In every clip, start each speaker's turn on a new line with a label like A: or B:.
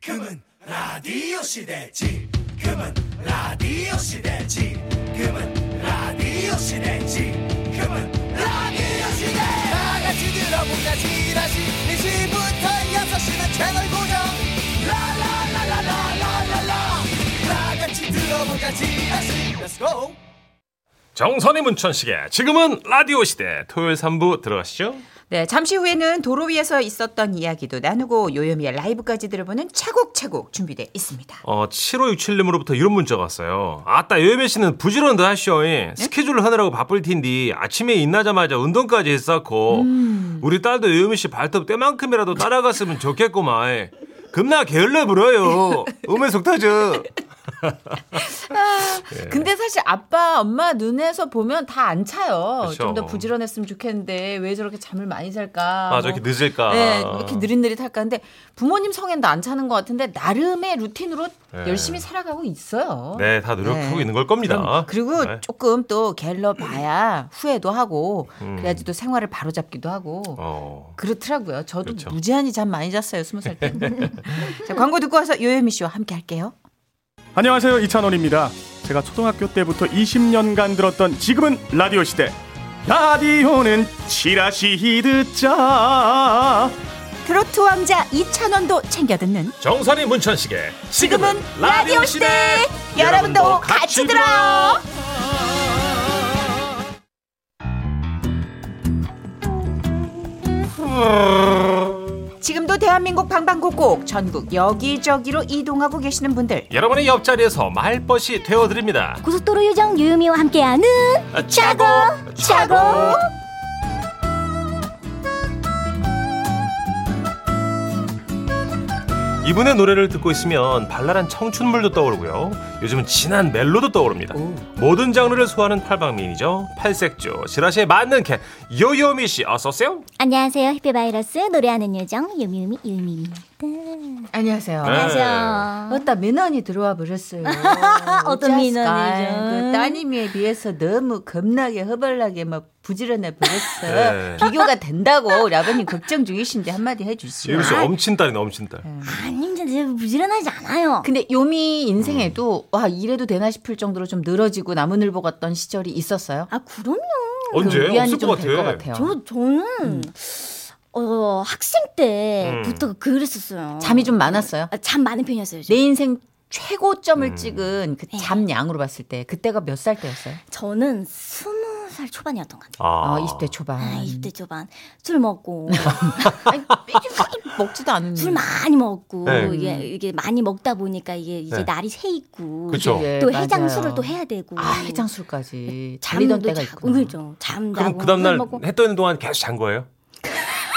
A: 지금은 라디오 시대 지금은 라디오 시대 지금은 라디오 시대 지금은 라디오 시대 다 같이 들어보자 지라시 1시부터 6시는 채널 고정 라라라라라라라라 다 같이 들어보자 지라시 Let's go
B: 정선의 문천식의 지금은 라디오 시대 토요일 3부 들어가시죠.
C: 네, 잠시 후에는 도로 위에서 있었던 이야기도 나누고 요요미의 라이브까지 들어보는 차곡차곡 준비돼 있습니다.
B: 어, 7567님으로부터 이런 문자가 왔어요. 아따, 요예배 씨는 부지런도 하시오. 예,
C: 네?
B: 스케줄을 하느라고 바쁠 텐디 아침에 일나자마자 운동까지 했었고
C: 음.
B: 우리 딸도 요예배 씨 발톱 때만큼이라도 따라갔으면 좋겠구만. 겁나 게을러 불어요. 음에 속 터져. 네.
C: 근데 사실 아빠, 엄마 눈에서 보면 다 안 차요.
B: 그쵸.
C: 좀 더 부지런했으면 좋겠는데 왜 저렇게 잠을 많이 잘까?
B: 아, 저렇게 늦을까.
C: 네, 왜 이렇게 느릿느릿할까? 근데 부모님 성엔 도안 차는 것 같은데 나름의 루틴으로
B: 네.
C: 열심히 살아가고 있어요.
B: 네, 다 노력하고
C: 네.
B: 있는 걸 겁니다.
C: 그럼, 그리고
B: 네.
C: 조금 또 게을러 봐야 후회도 하고
B: 음.
C: 그래야지 또 생활을 바로잡기도 하고
B: 어.
C: 그렇더라고요. 저도
B: 그렇죠.
C: 무지한히 잠 많이 잤어요. 스무 살 때. 자, 광고 듣고 와서 요요미 씨와 함께 할게요.
D: 안녕하세요 이찬원입니다. 제가 초등학교 때부터 20년간 들었던 지금은 라디오 시대. 라디오는 지라시 듣자.
C: 트로트 왕자 이찬원도 챙겨 듣는
B: 정선이 문천식의
C: 지금은 라디오 시대. 여러분도 같이 들어요. 지금도 대한민국 방방곡곡 전국 여기저기로 이동하고 계시는 분들
B: 여러분의 옆자리에서 말벗이 되어드립니다.
E: 고속도로 요정 유유미와 함께하는
B: 차고
E: 차고
B: 이분의 노래를 듣고 있으면 발랄한 청춘물도 떠오르고요. 요즘은 진한 멜로도 떠오릅니다. 모든 장르를 소화하는 팔방미인이죠. 팔색조 지라시에 맞는 캔 요요미 씨 아, 어서 오세요.
E: 안녕하세요 히피바이러스 노래하는 요정 유미유미 유미입니다
C: 안녕하세요.
B: 네.
E: 안녕하세요
C: 어따 민원이 들어와 버렸어요.
E: 어떤
C: 어째스까이.
E: 민원이죠?
C: 그 따님에 비해서 너무 겁나게 허벌나게 막 부지런해 버렸어.
B: 네.
C: 비교가 된다고 우리 아버님 걱정 중이신데 한마디 해주시오.
B: 요요미 씨 엄친 딸이네 엄친 딸.
E: 아닙니다 제가 부지런하지 않아요
C: 근데 요미 인생에도
B: 음.
C: 와 이래도 되나 싶을 정도로 좀 늘어지고 나무늘보 같던 시절이 있었어요.
E: 아 그럼요
B: 언제
C: 그 위안이
B: 없을 것
C: 좀 될 것
B: 같아.
C: 같아요.
E: 저
D: 음.
E: 저는 어 학생 때부터 그랬었어요
C: 잠이 좀 네. 많았어요.
E: 아, 잠 많은 편이었어요
C: 내
E: 저.
C: 인생 최고점을
B: 음.
C: 찍은
E: 네.
C: 그 잠 양으로 봤을 때 그때가 몇 살 때였어요?
E: 저는 스무 살 초반이었던 것 같아요
B: 아,
C: 아, 20대 초반.
E: 아, 20대 초반 술 먹고
C: 아니, 삐죽삐죽 먹지도 않는.
E: 술 많이 먹고
B: 네.
E: 이게 이게 많이 먹다 보니까 이게 이제
B: 네.
E: 날이 새 있고
B: 그쵸.
C: 예,
E: 또
C: 맞아요.
E: 해장술을 또 해야 되고
C: 아 해장술까지 잘리던
E: 잠도
C: 때가
E: 자고
C: 있구나.
E: 그죠 잠도
B: 그럼 그 다음 날 했던 동안 계속 잔 거예요.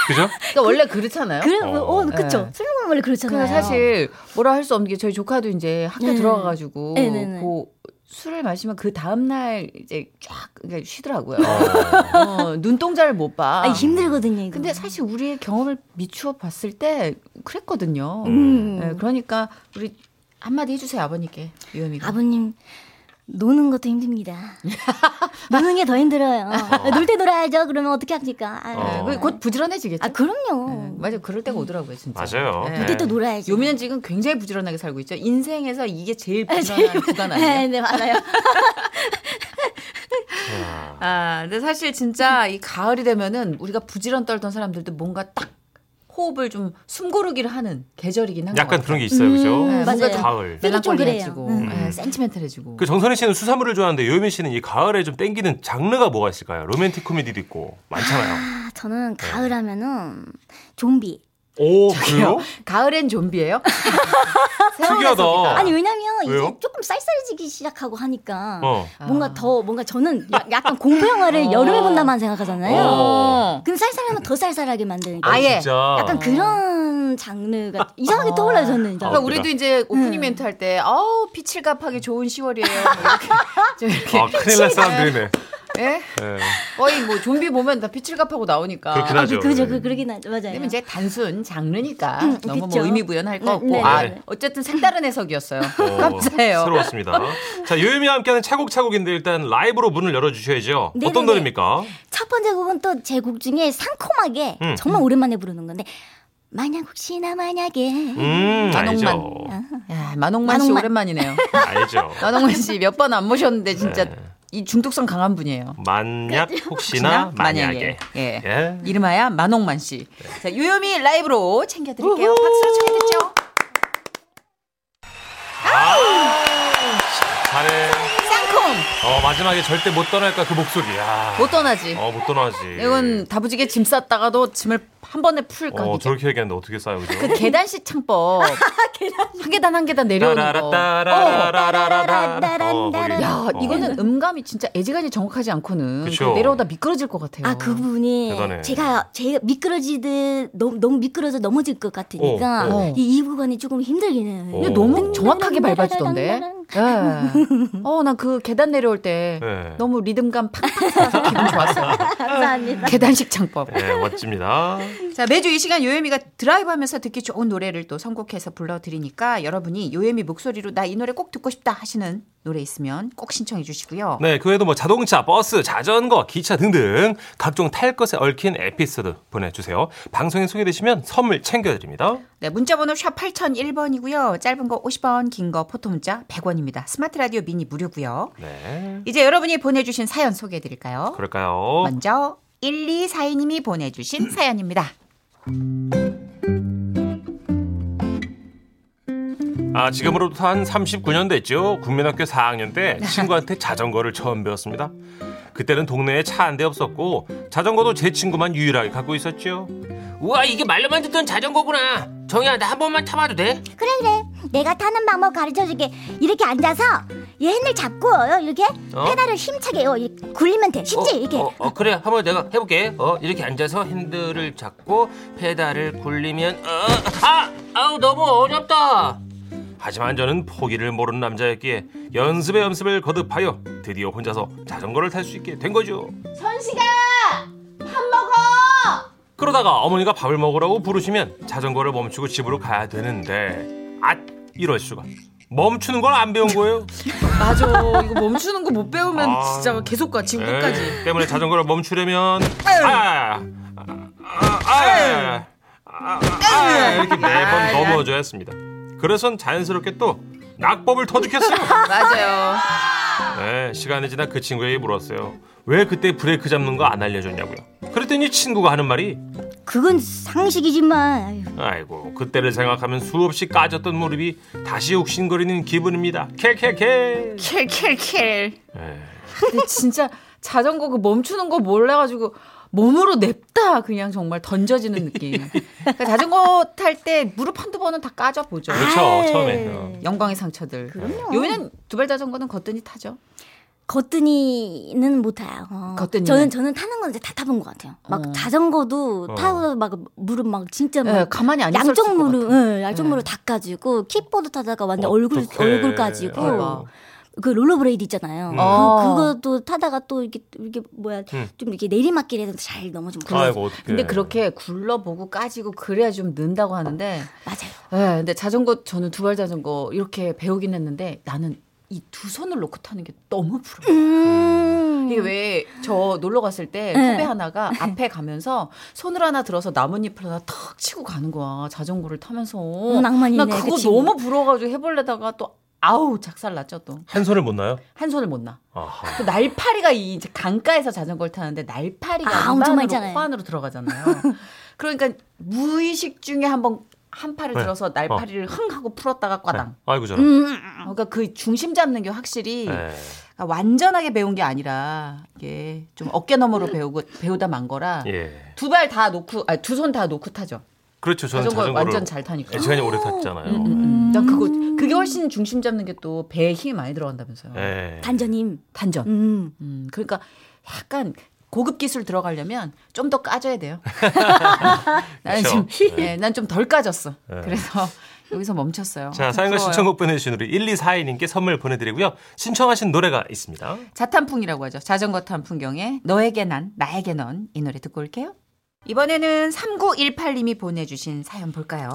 B: 그죠?
C: 그러니까 원래 그렇잖아요.
E: 그래
B: 어.
E: 어, 그쵸
C: 네.
E: 술 먹으면 원래
C: 그냥
E: 그렇잖아요
C: 사실 뭐라 할 수 없는 게 저희 조카도 이제 학교
E: 네.
C: 들어가가지고
E: 네, 네, 네.
C: 그 술을 마시면 그 다음 날 이제 쫙 그러니까 쉬더라고요.
B: 어.
C: 어, 눈동자를 못 봐.
E: 네. 아 힘들거든요 이거
C: 근데 사실 우리의 경험을 미추어 봤을 때 그랬거든요.
E: 음.
C: 네, 그러니까 우리 한마디 해주세요 아버님께 유현이가.
E: 아버님 노는 것도 힘듭니다 노는 게 더 힘들어요 놀 때 놀아야죠 그러면 어떻게 합니까 아,
B: 어.
C: 네, 곧 부지런해지겠죠.
E: 아 그럼요 음.
C: 네, 맞아 그럴 때가 오더라고요 진짜.
B: 맞아요.
C: 네.
E: 놀 때 또 놀아야죠
C: 요미는 지금 굉장히 부지런하게 살고 있죠. 인생에서 이게 제일 부지런한 구간 아니에요?
E: 아, 네, 네 맞아요
C: 아, 근데 사실 진짜 이 가을이 되면은 우리가 부지런 떨던 사람들도 뭔가 딱 호흡을 좀 숨고르기를 하는 계절이긴 한것
B: 약간
C: 같아요.
B: 그런 게 있어요, 그죠?
E: 음,
C: 네, 뭔가
E: 맞아요.
C: 좀
B: 가을.
E: 저도 좀 그래요.
C: 멜랑콜리해지고
E: 음.
C: 예, 센티멘탈해지고.
B: 그 정선희 씨는 수사물을 좋아하는데 요요미 씨는 이 가을에 좀 땡기는 장르가 뭐가 있을까요? 로맨틱 코미디도 있고 많잖아요.
E: 아, 저는
C: 네.
E: 가을 하면은 좀비
B: 오 그래요?
C: 가을엔 좀비예요?
B: 특이하다.
C: 어.
E: 아니 왜냐면
B: 왜요?
E: 이제 조금 쌀쌀해지기 시작하고 하니까
B: 어.
E: 뭔가 더 뭔가 저는 야- 약간 공포 영화를 여름에 본다만 생각하잖아요.
B: 어.
E: 근데 쌀쌀하면 더 쌀쌀하게 만드니까
C: 아예.
B: 진짜.
E: 약간 그런 장르가 이상하게 떠올라요 저는.
B: 아,
C: 그러니까
E: 일단.
B: 어. 어.
C: 우리도
B: 웃기다.
C: 이제
E: 음.
C: 오프닝 멘트 할 때 어우 피칠갑하게 좋은 10월이에요. 뭐 이렇게 좀
B: 아 큰일 날 사람들이네.
C: 이렇게 예?
B: 예.
C: 거의 뭐 좀비 보면 다 피칠갑하고 나오니까.
B: 그렇긴
E: 아,
B: 하죠.
E: 그, 그죠 그 그러긴 하죠 맞아요.
C: 왜냐면 이제 단순 장르니까
E: 음,
C: 너무 뭐
E: 그쵸.
C: 의미 부여할 거
E: 네,
C: 없고
E: 네,
C: 아,
B: 네.
C: 어쨌든 색다른
B: 어,
C: 해석이었어요. 감사해요.
B: 새로웠습니다. 자 요요미와 함께하는 차곡차곡인데 일단 라이브로 문을 열어주셔야죠.
E: 네네네.
B: 어떤 노래입니까?
E: 첫 번째 곡은 또 제 곡 중에 상콤하게
B: 음.
E: 정말 오랜만에 부르는 건데 만약 혹시나 만약에
B: 음, 알죠.
C: 단옥만. 야, 만홍만 씨
E: 만홍만.
C: 오랜만이네요.
B: 알죠.
C: 만홍만 씨 몇 번 안 모셨는데 진짜
B: 네.
C: 이 중독성 강한 분이에요.
B: 만약 혹시나 만약에.
C: 예.
B: 예. 네.
C: 이름하야 만홍만 씨. 자, 요요미 라이브로 챙겨드릴게요. 박수로 청해듣죠.
B: 아! 잘해.
C: 쌍콤
B: 어, 마지막에 절대 못 떠날까 그 목소리. 야.
C: 못 떠나지.
B: 어, 못 떠나지.
C: 이건 다부지게 짐 쌌다가도 짐을 한 번에 풀까.
B: 어, 저렇게 얘기하는데 어떻게 싸요, 그죠?
C: 그 계단식 창법. 한 계단 한 계단 내려오는 거.
B: 따라라따라라라라라. 어, 거기.
C: 야,
B: 어.
C: 이거는 음감이 진짜 애지간히 정확하지 않고는
B: 그쵸.
C: 내려오다 미끄러질 것 같아요.
E: 아 그 부분이
B: 대단해.
E: 제가 제가 미끄러지듯 너무, 너무 미끄러져 넘어질 것 같으니까
B: 어,
C: 어.
E: 이, 이 구간이 조금 힘들긴 해요.
B: 어.
C: 근데 너무 정확하게 밟아주던데. 예. 어, 난 그 계단 내려올 때
B: 예.
C: 너무 리듬감 팍팍 나서 기분 좋았어.
E: 감사합니다.
C: 계단식 창법.
B: 예, 멋집니다.
C: 자, 매주 이 시간 요예미가 드라이브 하면서 듣기 좋은 노래를 또 선곡해서 불러드리니까 여러분이 요예미 목소리로 나 이 노래 꼭 듣고 싶다 하시는 노래 있으면 꼭 신청해 주시고요.
B: 네, 그 외에도 뭐 자동차, 버스, 자전거, 기차 등등 각종 탈 것에 얽힌 에피소드 보내주세요. 방송에 소개되시면 선물 챙겨드립니다.
C: 네, 문자번호 샵 8001번이고요. 짧은 거 50원, 긴 거 포토 문자 100원입니다. 스마트 라디오 미니 무료고요.
B: 네,
C: 이제 여러분이 보내주신 사연 소개해 드릴까요?
B: 그럴까요?
C: 먼저 1242님이
B: 음.
C: 보내주신 사연입니다.
B: 아, 지금으로부터 한 39년 됐죠. 국민학교 4학년 때 친구한테 자전거를 처음 배웠습니다. 그때는 동네에 차 한 대 없었고 자전거도 제 친구만 유일하게 갖고 있었죠. 우와, 이게 말로만 듣던 자전거구나. 정희야, 나 한 번만 타봐도 돼?
E: 그래 그래. 내가 타는 방법 가르쳐줄게. 이렇게 앉아서 얘 핸들 잡고 이렇게
B: 어?
E: 페달을 힘차게 요, 이렇게 굴리면 돼. 쉽지 이렇게.
B: 어, 어, 그래 한번 내가 해볼게 어 이렇게 앉아서 핸들을 잡고 페달을 굴리면 어, 아 아우 너무 어렵다 하지만 저는 포기를 모르는 남자였기에 연습에 연습을 거듭하여 드디어 혼자서 자전거를 탈 수 있게 된 거죠 그러다가 어머니가 밥을 먹으라고 부르시면 자전거를 멈추고 집으로 가야 되는데 아 이럴 수가 멈추는 걸 안 배운 거예요
C: 맞아. 이거 멈추는 거 못 배우면
B: 아.
C: 진짜 계속 가. 지금 끝까지.
B: 에이, 때문에 자전거를 멈추려면 아, 아, 아, 아, 아, 아, 이렇게 매번 넘어져야 했습니다. 그래선 자연스럽게 또 낙법을 터득했어요.
C: 맞아요.
B: 네, 시간이 지나 그 친구에게 물었어요. 왜 그때 브레이크 잡는 거 안 알려줬냐고요. 그랬더니 친구가 하는 말이
E: 그건 상식이지만 아유,
B: 아이고 그때를 생각하면 수없이 까졌던 무릎이 다시 욱신거리는 기분입니다. 캘캘캘.
C: 킬킬킬.
B: 네.
C: 근데 진짜 자전거 그 멈추는 거 몰라가지고 몸으로 냅다 그냥 정말 던져지는 느낌. 그러니까 자전거 탈 때 무릎 한두 번은 다 까져 보죠.
B: 그렇죠
E: 아이.
B: 처음에. 어.
C: 영광의 상처들. 요인은 두발 자전거는 거뜬히 타죠.
E: 거뜬이는 못 타요. 어.
C: 거뜬이는?
E: 저는 저는 타는 건 이제 다 타본 것 같아요. 막
C: 어.
E: 자전거도
B: 어.
E: 타고 막 무릎 막 진짜 막
C: 예, 가만히 안 있을
E: 양쪽
C: 것 예.
E: 무릎,
C: 같아.
E: 응, 양쪽 무릎 다 까지고 킥보드 타다가 완전 얼굴
B: 어떡해. 어.
E: 얼굴 까지고
B: 아이고.
E: 그 롤러브레이드 있잖아요. 그,
C: 아.
E: 그것도 타다가 또 이렇게 이렇게 뭐야
B: 음.
E: 좀 이렇게 내리막길에서 잘 넘어지면 그런-
B: 아이고 어떡해.
C: 근데 그렇게 굴러보고 까지고 그래야 좀 는다고 하는데,
E: 맞아요.
C: 예, 근데 자전거 저는 두발 자전거 이렇게 배우긴 했는데 나는 이 두 손을 놓고 타는 게 너무 부러워.
E: 음.
C: 이게 왜 저 놀러 갔을 때
E: 네.
C: 후배 하나가 앞에 가면서 손을 하나 들어서 나뭇잎을 하나 탁 치고 가는 거야 자전거를 타면서
E: 낭만
C: 나
E: 있네,
C: 그거
E: 그 친구.
C: 너무 부러워가지고 해보려다가 또 아우 작살 났죠 또 한
B: 한 손을 못 놔요?
C: 손을 못 놔.
B: 아하.
C: 그 날파리가 이 이제 강가에서 자전거를 타는데 날파리가
E: 아,
C: 입안으로
E: 엄청 많이 있잖아요.
C: 코 안으로 들어가잖아요. 그러니까 무의식 중에 한번 한 팔을
B: 네.
C: 들어서 날파리를 흥 하고 풀었다가 꽈당.
B: 아이고 저런.
E: 음.
C: 그러니까 그 중심 잡는 게 확실히
B: 네.
C: 그러니까 완전하게 배운 게 아니라 이게 좀 어깨 너머로 배우고 배우다 만 거라
B: 예.
C: 두 발 다 놓고 아 두 손 다 놓고 타죠.
B: 그렇죠. 저는
C: 자전거
B: 자전거를 예,
C: 완전 잘 타니까.
B: 시간이 오래 탔잖아요.
C: 음, 음. 난 그거 그게 훨씬 중심 잡는 게 또 배에 힘이 많이 들어간다면서요.
B: 예.
E: 단전임.
C: 단전.
E: 음.
C: 음, 그러니까 약간 고급 기술 들어가려면 좀 더 까져야 돼요. 나는
B: 그쵸. 네.
C: 좀, 예, 난좀 덜 까졌어. 그래서 여기서 멈췄어요.
B: 자, 사연과
C: 부러워요.
B: 신청곡 보내주신 우리 1242님께 선물 보내드리고요. 신청하신 노래가 있습니다.
C: 음. 자탄풍이라고 하죠. 자전거 탄 풍경에 너에게 난, 나에게 넌 이 노래 듣고 올게요. 이번에는 3918님이 보내주신 사연 볼까요?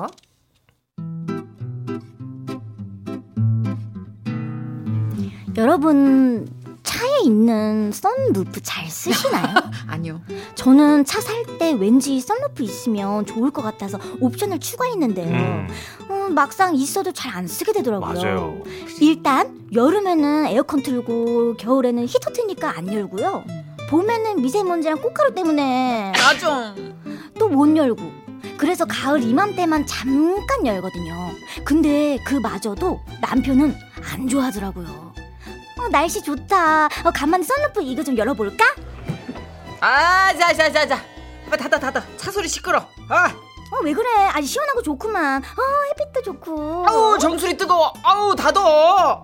E: 여러분 차에 있는 썬루프 잘 쓰시나요?
C: 음. 아니요.
E: 저는 차 살 때 왠지 썬루프 있으면 좋을 것 같아서 옵션을 추가했는데
B: 음,
E: 음, 막상 있어도 잘 안 쓰게 되더라고요.
B: 맞아요.
E: 일단 여름에는 에어컨 틀고 겨울에는 히터 트니까 안 열고요. 봄에는 미세먼지랑 꽃가루 때문에
C: 나 좀.
E: 또 못 열고 그래서 가을 이맘때만 잠깐 열거든요 근데 그마저도 남편은 안 좋아하더라고요 어, 날씨 좋다 어, 가만히 썬루프 이거 좀 열어볼까?
C: 아, 자, 자, 자, 자. 빨리 닫아, 닫아. 차 소리 시끄러. 아,
E: 어, 왜 그래 아주 시원하고 좋구만 어, 햇빛도 좋고
C: 아우, 정수리 뜨거워. 아우, 닫어.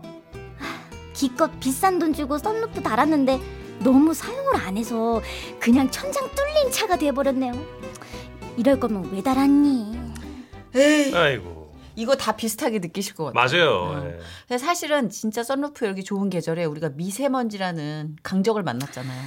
E: 기껏 비싼 돈 주고 썬루프 달았는데 너무 사용을 안 해서 그냥 천장 뚫린 차가 돼버렸네요 이럴 거면 왜 달았니
C: 에이,
B: 아이고.
C: 이거 다 비슷하게 느끼실 것 같아요.
B: 맞아요.
C: 어.
B: 예.
C: 근데 사실은 진짜 썬루프 열기 좋은 계절에 우리가 미세먼지라는 강적을 만났잖아요.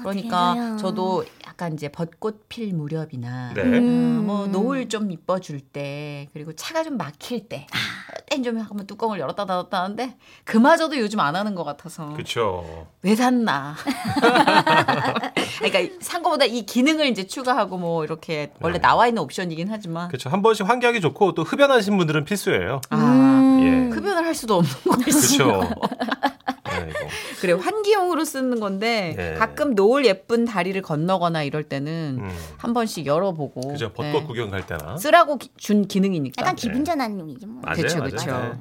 C: 그러니까
E: 어떡해요.
C: 저도 약간 이제 벚꽃 필 무렵이나
B: 네.
E: 음.
C: 아, 뭐 노을 좀 이뻐줄 때 그리고 차가 좀 막힐 때
E: 아.
C: 그땐 좀 한번 뚜껑을 열었다 닫았다 하는데 그마저도 요즘 안 하는 것 같아서
B: 그쵸.
C: 왜 샀나 그러니까 산 거보다 이 기능을 이제 추가하고 뭐 이렇게 원래 나와 있는 옵션이긴 하지만
B: 네. 그쵸. 한 번씩 환기하기 좋고 또 흡연하신 분들은 필수예요.
C: 아
B: 예.
C: 흡연을 할 수도 없는 거지
B: 그쵸. 아이고.
C: 그래 환기용으로 쓰는 건데
B: 예.
C: 가끔 노을 예쁜 다리를 건너거나 이럴 때는
B: 음.
C: 한 번씩 열어보고
B: 그죠. 벚꽃
C: 예.
B: 구경 갈 때나.
C: 쓰라고 기- 준 기능이니까
E: 약간 기분 전환용이지 뭐
B: 맞아요.
C: 그쵸,
B: 맞아요.
C: 그쵸.
B: 네.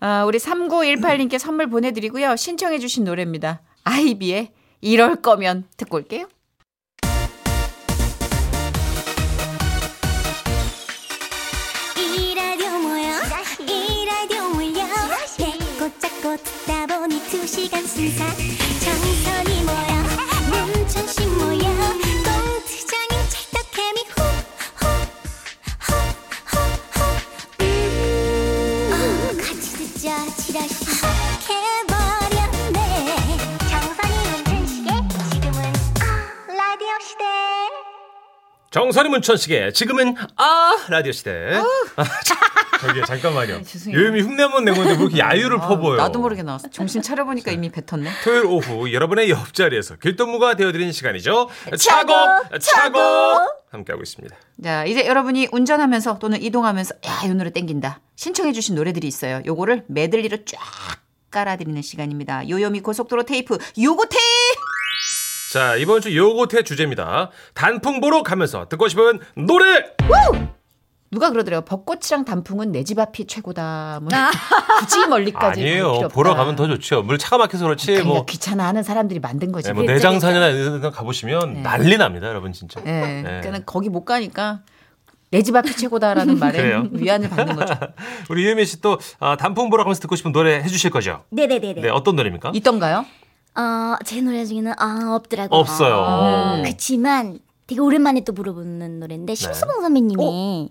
C: 아, 우리 3918님께 선물 보내드리고요. 신청해주신 노래입니다. 아이비의 이럴 거면 듣고 올게요.
E: 이 라디오 뭐야? 이 라디오 몰려 내고 잡고 듣다 보니 두 시간 순삭 정선이 뭐야? 문천식 뭐야? 공투장인 찰떡케미 후후후후후 아, 같이 듣자 지라시 해버렸네 정선이 문천식의 지금은 아, 라디오 시대
B: 정선이 문천식의 지금은 아 라디오 시대. 아, 참. 저기 잠깐만요.
C: 아, 죄송해요.
B: 요염이 흉내 한번 내고 있는데 왜 이렇게 야유를
C: 아,
B: 퍼보여?
C: 나도 모르게 나왔어. 정신 차려보니까 이미 뱉었네.
B: 토요일 오후 여러분의 옆자리에서 길동무가 되어드리는 시간이죠. 차고 차고 함께하고 있습니다.
C: 자, 이제 여러분이 운전하면서 또는 이동하면서 야, 이 노래 땡긴다. 신청해주신 노래들이 있어요. 요거를 메들리로 쫙 깔아드리는 시간입니다. 요요미 고속도로 테이프 요거 테이프!
B: 자 이번 주 요고태 주제입니다. 단풍 보러 가면서 듣고 싶은 노래.
C: 누가 그러더래요. 벚꽃이랑 단풍은 내 집 앞이 최고다. 뭐 굳이 멀리까지 갈 필요
B: 아니에요.
C: 없다.
B: 보러 가면 더 좋죠. 물 차가 막혀서 그렇지
C: 그러니까
B: 뭐.
C: 귀찮아하는 사람들이 만든 거지.
B: 네, 뭐 내장산이나 이런 데 가보시면
C: 네.
B: 난리 납니다, 여러분 진짜.
C: 예.
B: 네.
C: 그러니까 거기 못 가니까 내 집 앞이 최고다라는 말에
B: 그래요?
C: 위안을 받는 거죠.
B: 우리 유미 씨또 아, 단풍 보러 가면서 듣고 싶은 노래 해주실 거죠?
E: 네네네네
B: 네, 어떤 노래입니까?
C: 있던가요?
E: 어, 제 노래 중에는 아 없더라고요. 음.
B: 없어요.
C: 아.
E: 그치만 되게 오랜만에 또 물어보는
B: 네.
E: 노래인데 심수봉 선배님의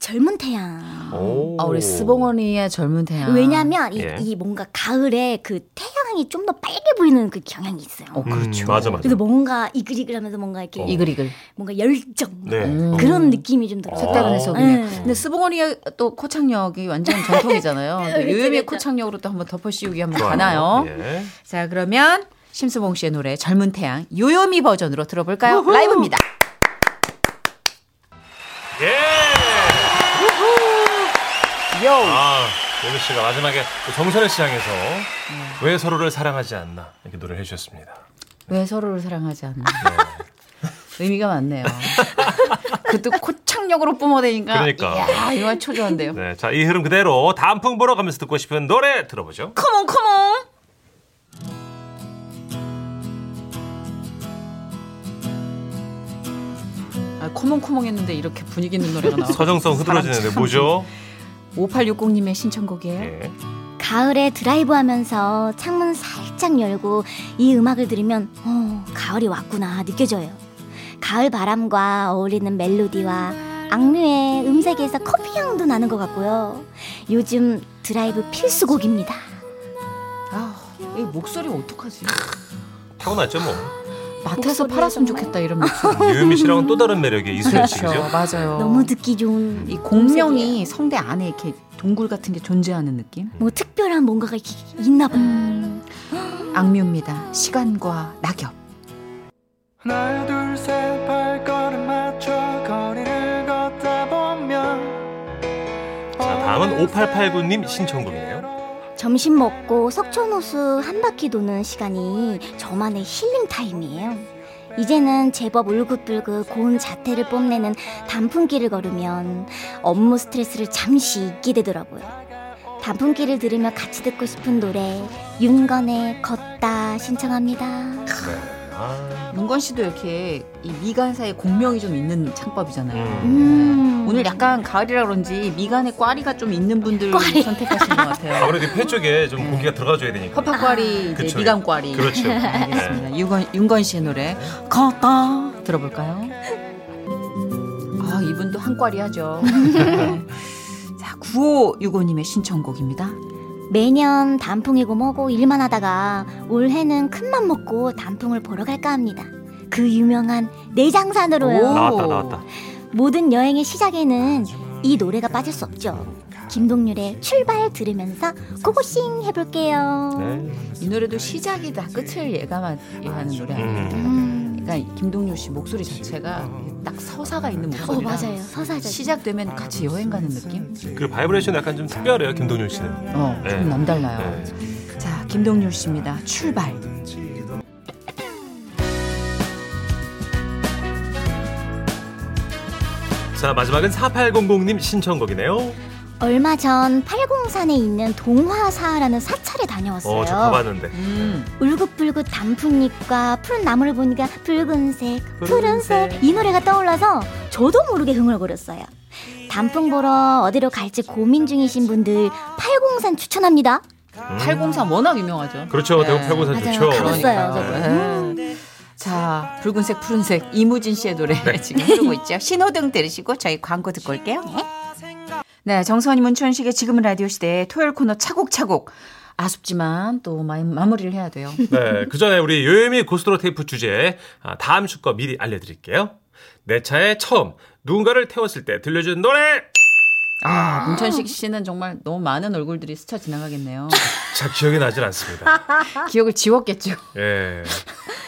E: 젊은 태양.
B: 오.
C: 아, 우리 스봉원이의 젊은 태양.
E: 왜냐면 이,
B: 예.
E: 이 뭔가 가을에 그 태양이 좀 더 빨개 보이는 그 경향이 있어요.
C: 어,
B: 음,
C: 그렇죠.
B: 맞아 맞아.
E: 그래서 뭔가 이글이글하면서 뭔가 이렇게
B: 음.
C: 이글이글.
E: 뭔가 열정
B: 어. 네.
C: 음,
E: 그런 느낌이 좀 들어요.
C: 색다른
B: 어.
C: 해석이네.
E: 네.
C: 근데 스봉원이의 또 코창력이 완전 전통이잖아요.
E: 그치,
C: 요요미의
E: 그치.
C: 코창력으로 또 한번 덮어씌우기 한번
B: 좋아요.
C: 가나요?
B: 예.
C: 자, 그러면 심수봉 씨의 노래 젊은 태양 요요미 버전으로 들어볼까요? 라이브입니다.
B: 예.
C: 요.
B: 아, 오미 씨가 마지막에 그 정선의 시장에서
C: 네.
B: 왜 서로를 사랑하지 않나 이렇게 노래를 해주셨습니다.
C: 왜 서로를 사랑하지 않나.
B: 네.
C: 의미가 많네요. 그것도 코창력으로 뿜어대니까.
B: 그러니까.
C: 이야, 이거 초조한데요.
B: 네, 자 이 흐름 그대로 단풍 보러 가면서 듣고 싶은 노래 들어보죠.
C: 컴온 컴온. 아, 코몽코몽 했는데 이렇게 분위기 있는 노래가 나와.
B: 서정성 흐드러지는데 뭐죠?
C: 5860님의 신청곡이에요.
B: 예.
E: 가을에 드라이브하면서 창문 살짝 열고 이 음악을 들으면 어, 가을이 왔구나 느껴져요. 가을 바람과 어울리는 멜로디와 악뮤의 음색에서 커피 향도 나는 것 같고요. 요즘 드라이브 필수곡입니다.
C: 아, 이 목소리 어떡하지?
B: 타고났죠 뭐.
C: 마트에서 팔았으면 좋겠다 이런 목소리.
B: 유미 씨랑은 또 다른 매력의 이수연 씨
C: 그렇죠,
B: 그죠?
C: 맞아요.
E: 너무 듣기 좋은
C: 이 공명이 성대 안에 이렇게 동굴 같은 게 존재하는 느낌?
E: 뭐 특별한 뭔가가 이- 있나 봐요.
C: 악뮤입니다. 시간과 낙엽.
A: 하나 둘셋 발걸음 맞춰 거리를 걷다 보면
B: 자, 다음은 5889님 신청곡이네요.
E: 점심 먹고 석촌호수 한 바퀴 도는 시간이 저만의 힐링 타임이에요. 이제는 제법 울긋불긋 고운 자태를 뽐내는 단풍길을 걸으면 업무 스트레스를 잠시 잊게 되더라고요. 단풍길을 들으며 같이 듣고 싶은 노래 윤건의 걷다 신청합니다.
B: 아,
C: 문건 씨도 이렇게 이 미간 사이에 공명이 좀 있는 창법이잖아요.
B: 음.
E: 음.
C: 오늘 약간 가을이라 그런지 미간에 꽈리가 좀 있는 분들
E: 꽈리.
C: 선택하신 것 같아요.
B: 아무래도 폐 쪽에 좀 고기가 들어가줘야 되니까.
C: 허팝 꽈리, 이제
B: 그쵸.
C: 미간 꽈리.
B: 그렇죠.
C: 네, 알겠습니다. 윤건, 윤건 씨의 노래 걷다 들어볼까요? 아 이분도 한 꽈리 하죠. 네. 자 9565님의 신청곡입니다.
E: 매년 단풍이고 뭐고 일만 하다가 올해는 큰맘 먹고 단풍을 보러 갈까 합니다. 그 유명한 내장산으로요.
C: 오.
B: 나왔다, 나왔다.
E: 모든 여행의 시작에는 이 노래가 빠질 수 없죠. 김동률의 출발 들으면서 고고싱 해볼게요.
B: 네.
C: 이 노래도 시작이다 끝을 예감하게 하는 노래 아닙니까?
E: 음.
C: 그러니까 김동률 씨 목소리 자체가 딱 서사가 있는
E: 어
C: 목소리라
E: 맞아요. 서사죠.
C: 시작되면 같이 여행 가는 느낌?
B: 그 바이브레이션 약간 좀 특별해요, 김동률 씨는.
C: 어, 좀
B: 네.
C: 남달라요.
B: 네.
C: 자, 김동률 씨입니다. 출발.
B: 자, 마지막은 4800님 신청곡이네요. 어,
E: 얼마 전 팔공산에 있는 동화사라는 사찰에
B: 어, 저
E: 다녀왔어요.
B: 가봤는데.
C: 음.
E: 울긋불긋 단풍잎과 푸른 나무를 보니까 붉은색,
B: 푸른색.
E: 푸른색, 이 노래가 떠올라서 저도 모르게 흥얼거렸어요. 단풍 보러 어디로 갈지 고민 중이신 분들 팔공산 추천합니다.
B: 음.
C: 803 워낙 유명하죠.
B: 그렇죠.
C: 네.
B: 대구 팔공산
E: 맞아요.
B: 좋죠.
E: 가봤어요,
C: 그러니까요.
E: 저도. 음.
C: 네. 자, 붉은색 푸른색 이무진 씨의 노래 지금 흐르고 있죠. 신호등 들으시고 저희 광고 듣고 올게요. 네, 정선이 문천식의 지금은 라디오 시대 토요일 코너 차곡차곡 아쉽지만 또 마, 마무리를 해야 돼요.
B: 네, 그 전에 우리 요요미 고스톱로 테이프 주제 아, 다음 주 거 미리 알려드릴게요. 내 차에 처음 누군가를 태웠을 때 들려준 노래.
C: 아, 문천식 씨는 정말 너무 많은 얼굴들이 스쳐 지나가겠네요.
B: 자 기억이 나질 않습니다.
C: 기억을 지웠겠죠.
B: 예,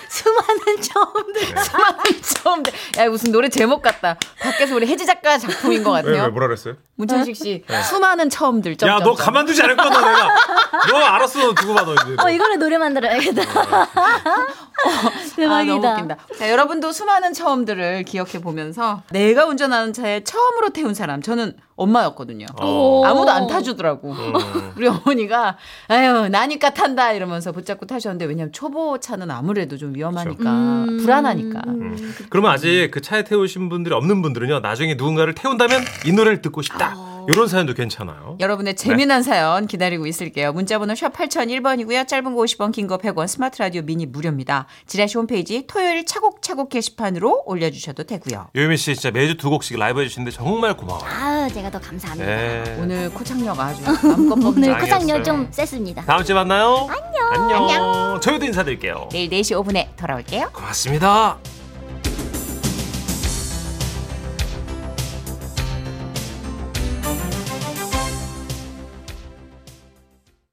E: 수많은 처음들.
C: 네. 수많은 처음들. 야, 무슨 노래 제목 같다. 밖에서 우리 혜지 작가 작품인 것
B: 왜, 왜
C: 같아요.
B: 뭐라 그랬어요?
C: 문천식 씨, 수많은 처음들.
B: 네. 야, 너
C: 점점점.
B: 가만두지 않을 거다 내가. 너 알았어, 너 두고 봐, 너 이제.
E: 어 이거를 노래 만들어야겠다.
C: 아, 너무
E: 대박이다.
C: 웃긴다. 자, 여러분도 수많은 처음들을 기억해 보면서 내가 운전하는 차에 처음으로 태운 사람, 저는 엄마였거든요.
B: 어,
C: 아무도 안 타주더라고.
B: 음.
C: 우리 어머니가 아유 나니까 탄다 이러면서 붙잡고 타셨는데 왜냐면 초보 차는 아무래도 좀 위험하니까
E: 음.
C: 불안하니까
B: 그렇죠. 음. 그러면 아직 그 차에 태우신 분들이 없는 분들은요, 나중에 누군가를 태운다면 이 노래를 듣고 싶다.
C: 아.
B: 이런 사연도 괜찮아요.
C: 여러분의 재미난 사연 기다리고 있을게요. 문자번호 샵 8001번이고요. 짧은 거 50원, 긴 거 100원, 스마트 라디오 미니 무료입니다. 지라시 홈페이지 토요일 차곡차곡 게시판으로 올려주셔도 되고요.
B: 요요미 씨 진짜 매주 두 곡씩 라이브 해주시는데 정말 고마워요.
E: 아유 제가 더 감사합니다.
B: 예.
C: 아, 오늘 코창력 아주 마음껏
E: 오늘
C: 먹자.
B: 짱이었어요.
E: 코상열 좀 셌습니다.
B: 다음 주에 만나요. 안녕. 안녕. 저희도 인사드릴게요.
C: 네. 내일 4시 5분에 돌아올게요.
B: 고맙습니다.